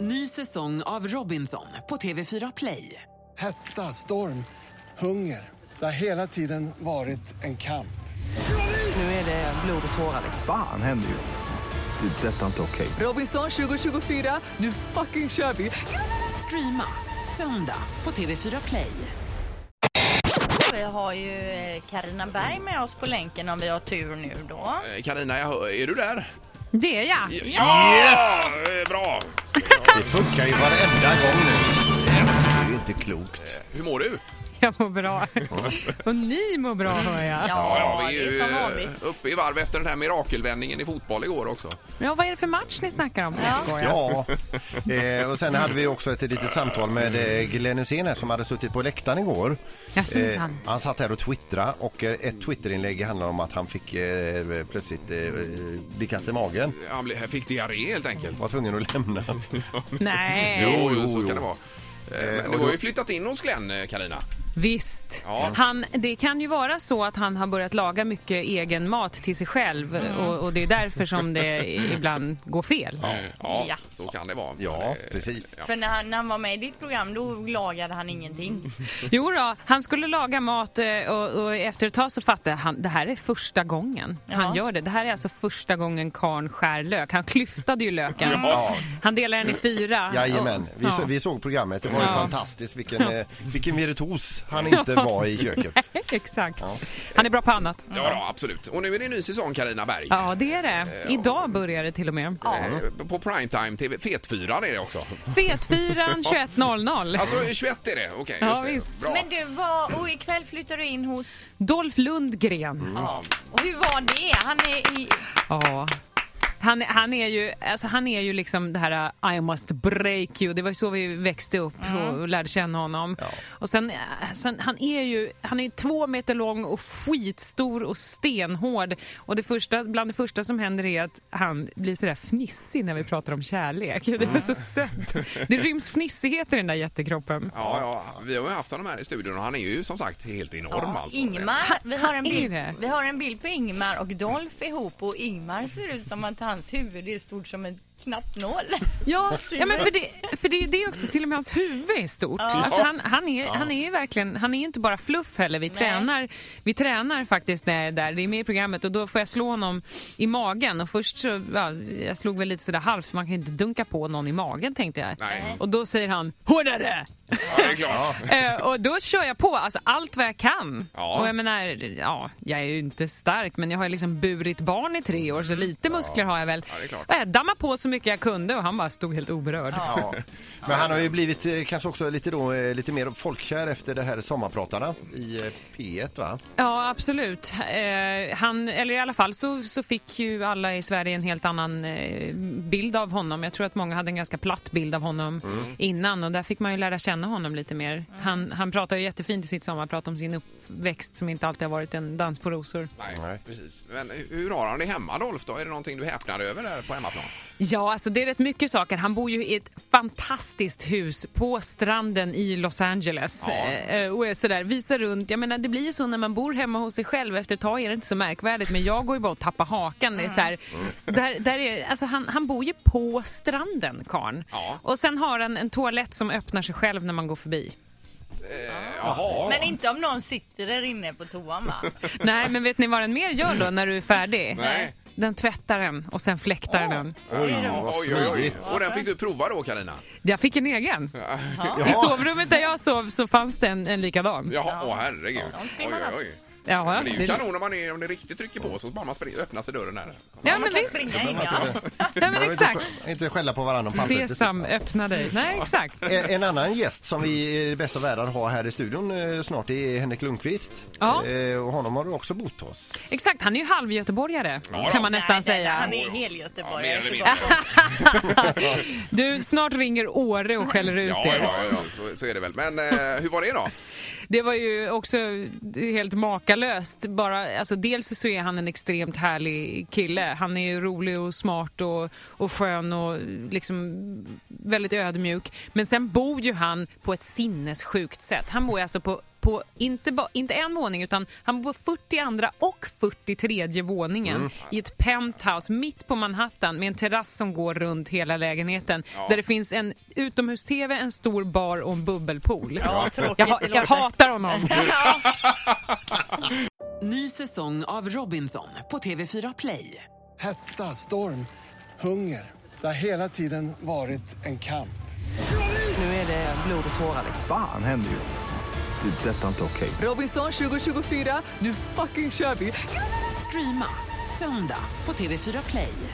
Ny säsong av Robinson på TV4 Play. Hetta, storm, hunger. Det har hela tiden varit en kamp. Nu är det blod och tårar. liksom. Fan händer just nu. Det. är Detta är inte okej. Robinson 2024, nu fucking kör vi! Streama söndag på TV4 Play. Vi har ju eh, Carina Berg med oss på länken om vi har tur nu då. Karina, jag hör- är du där? Det är jag. Ja! Yes! Bra! Det funkar ju varenda gång nu. Det är ju inte klokt. Hur mår du? Jag mår bra. Och ni mår bra hör jag. det är som vanligt. eh, uppe i varv efter den här mirakelvändningen i fotboll igår också. Ja, vad är det för match ni snackar om? Jag skojar. Ja, eh, och sen hade vi också ett litet samtal med eh, Glenn Hysén här som hade suttit på läktaren igår. Jaså, minsann. han satt här och twittrade och eh, ett twitterinlägg handlade om att han fick eh, plötsligt eh, bli kass i magen. Han blev- fick diarré helt enkelt. Var tvungen att lämna. Nej, Jo, jo, så jo. kan det vara. Eh, Men och du då- har ju flyttat in hos Glenn, eh, Karina. visst. Ja. Han, det kan ju vara så att han har börjat laga mycket egen mat till sig själv och, och det är därför som det ibland går fel. Eh, Ja, Ja. så kan det vara. Ja, Men, eh, precis. ja. För när han, när han var med i ditt program då lagade han ingenting. Jo då, han skulle laga mat eh, och, och efter ett tag så fattade han det här är första gången han gör det. Det här är alltså första gången karn skär lök. Han klyftade ju löken. Han delade den i fyra. Jajamän, vi, Ja. så- vi såg programmet. Det var ju Ja. fantastiskt vilken, eh, vilken virtuos han inte var i köket. Exakt. Han är bra på annat. Ja, ja, absolut. Och nu är det en ny säsong, Karina Berg. Ja, det är det. Idag börjar det till och med. Eh, På primetime TV. Fetfyran är det också. Fetfyran 21.00. Alltså 21 är det. Okej, Ja, just det. visst. Bra. Men du, vad, och ikväll flyttar du in hos... Dolph Lundgren. Ja. Och hur var det? Han är i... Ja. Han, han, är ju, alltså han är ju liksom det här uh, I must break you. Det var ju så vi växte upp och lärde känna honom. Och sen, eh, sen, han är ju han är ju två meter lång och skitstor och stenhård. Och det första, bland det första som händer är att han blir sådär fnissig när vi pratar om kärlek. Det var så sött. Det ryms fnissighet i den där jättekroppen. Ja, ja, vi har ju haft honom här i studion och han är ju som sagt helt enorm alltså. Ingmar. Vi har, en han är bild, det. vi har en bild på Ingmar och Dolph ihop och Ingmar ser ut som att hans huvud är stort som en knappnål. Ja, ja men för, det, för det är ju det också, till och med hans huvud är stort. Alltså han, han, är, han är ju verkligen, han är ju inte bara fluff heller. Vi tränar, vi tränar faktiskt när jag är där, det är med i programmet och då får jag slå honom i magen och först så, ja, jag slog väl lite sådär halvt, för man kan ju inte dunka på någon i magen tänkte jag. Nej. Och då säger han hårdare! Ja, det är klart. Eh, och då kör jag på alltså allt vad jag kan. Ja. Och jag menar, ja, jag är ju inte stark men jag har ju liksom burit barn i tre år så lite muskler har jag väl. Ja, det är klart. Och jag dammade på så mycket jag kunde och han bara stod helt oberörd. Ja. Men han har ju blivit eh, kanske också lite, då, eh, lite mer folkkär efter det här Sommarpratarna i eh, P1 va? Ja, absolut. Eh, han, eller i alla fall så, så fick ju alla i Sverige en helt annan eh, bild av honom. Jag tror att många hade en ganska platt bild av honom innan och där fick man ju lära känna honom lite mer. Han, han pratar ju jättefint i sitt sommarprat om sin uppväxt som inte alltid har varit en dans på rosor. Nej, Nej. precis. Men hur har han det hemma, Dolph? Då? Är det någonting du häpnar över där på hemmaplan? Ja, alltså det är rätt mycket saker. Han bor ju i ett fantastiskt hus på stranden i Los Angeles. Ja. Eh, Och är sådär, visar runt. Jag menar, det blir ju så när man bor hemma hos sig själv. Efter ett tag är det inte så märkvärdigt. Men jag går ju bara och tappar hakan. Mm. Det är så där, där är, alltså han, han bor ju på stranden, karln. Ja. Och sen har han en toalett som öppnar sig själv när man går förbi. Jaha. Men inte om någon sitter där inne på toan va? Nej, men vet ni vad den mer gör då när du är färdig? Nej. Den tvättar den och sen fläktar den. Oj, vad smidigt. Och den fick du prova då, Carina? Jag fick en egen. I sovrummet där jag sov så fanns det en, en likadan. Jaha, åh herregud. skulle man haft. Ja, Men det är ju kanon om, man är, om det riktigt trycker på så bara man springer, öppnar sig dörren här. Ja, men Kan visst. springa in ja. Ja, men exakt. Inte, inte skälla på varandra om pappret. Sesam, öppna dig. Nej, exakt. En, en annan gäst som vi eh, i bästa världen har här i studion eh, snart är Henrik Lundqvist. Ja. Eh, och honom har du också bott hos. Exakt, han är ju halvgöteborgare, Ja, kan man då. nästan Nej, nej, säga. Han är Ja, mer helgöteborgare. eller så mindre. gott som. Du, snart ringer Åre och skäller ut Ja, ja, er. ja, ja så, så är det väl. Men eh, hur var det då? Det var ju också helt makalöst. Bara, alltså, dels så är han en extremt härlig kille. Han är ju rolig och smart och, och skön och liksom väldigt ödmjuk. Men sen bor ju han på ett sinnessjukt sätt. Han bor ju alltså på på inte, ba, inte en våning utan han bor på 42 och 43 våningen i ett penthouse mitt på Manhattan med en terrass som går runt hela lägenheten där det finns en utomhus-tv, en stor bar och en bubbelpool. Ja, tråkigt. Jag, ha- det jag låter. hatar honom. Ny säsong av Robinson på TV4 Play. Hetta, storm, hunger. Det har hela tiden varit en kamp. Nu är det blod och tårar. liksom. Fan händer just det. Det är detta inte okej. Robinson 2024, nu fucking kör vi! Streama söndag på TV4 Play.